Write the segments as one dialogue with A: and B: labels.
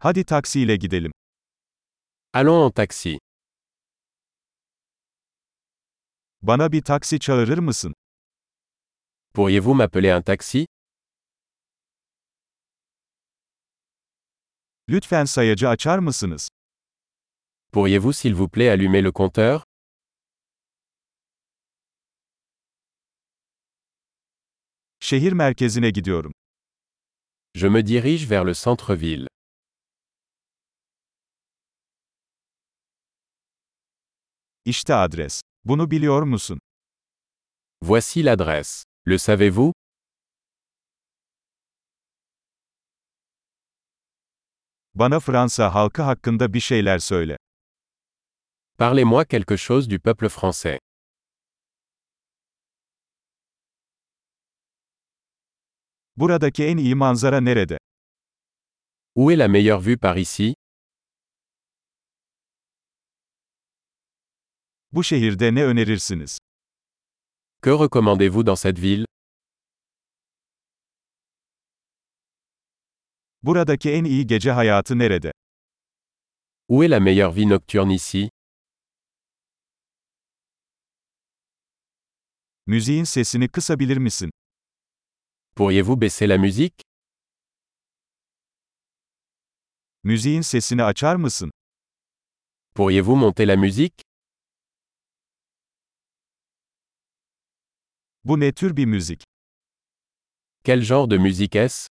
A: Hadi taksiyle gidelim.
B: Allons en taxi.
A: Bana bir taksi çağırır mısın?
B: Pourriez-vous m'appeler un taxi
A: Lütfen sayacı açar mısınız?
B: Pourriez-vous s'il vous plaît allumer le compteur
A: Şehir merkezine gidiyorum.
B: Je me dirige vers le centre-ville.
A: İşte adres. Bunu biliyor musun?
B: Voici l'adresse. Le savez-vous
A: Bana Fransa halkı hakkında bir şeyler söyle.
B: Parlez-moi quelque chose du peuple français.
A: Buradaki en iyi manzara nerede?
B: Où est la meilleure vue par ici
A: Bu şehirde ne önerirsiniz?
B: Que recommandez-vous dans cette ville
A: Buradaki en iyi gece hayatı nerede?
B: Où est la meilleure vie nocturne ici
A: Müziğin sesini kısabilir misin?
B: Pourriez-vous baisser la musique
A: Müziğin sesini açar mısın?
B: Pourriez-vous monter la musique
A: Bu ne tür bir müzik?
B: Quel genre de musique est-ce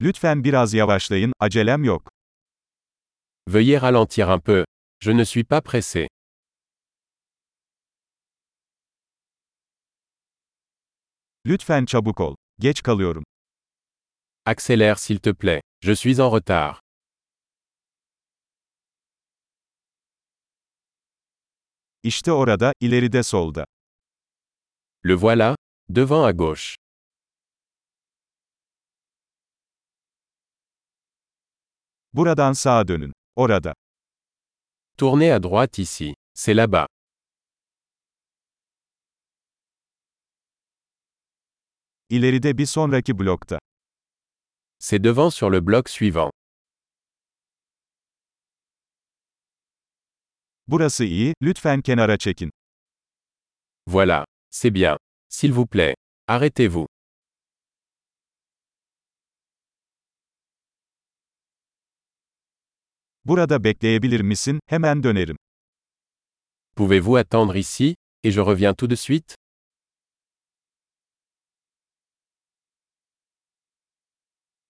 A: Lütfen biraz yavaşlayın, acelem yok.
B: Veuillez ralentir un peu. Je ne suis pas pressé.
A: Lütfen çabuk ol. Geç kalıyorum.
B: Accélère s'il te plaît. Je suis en retard.
A: İşte orada, ileride solda.
B: Le voilà, devant à gauche.
A: Buradan sağa dönün. Orada.
B: Tournez à droite ici. C'est là-bas.
A: İleride bir sonraki blokta.
B: C'est devant sur le bloc suivant.
A: Burası iyi, lütfen kenara çekin.
B: Voilà. C'est bien. S'il vous plaît. Arrêtez-vous.
A: Burada bekleyebilir misin? Hemen dönerim.
B: Pouvez-vous attendre ici, et je reviens tout de suite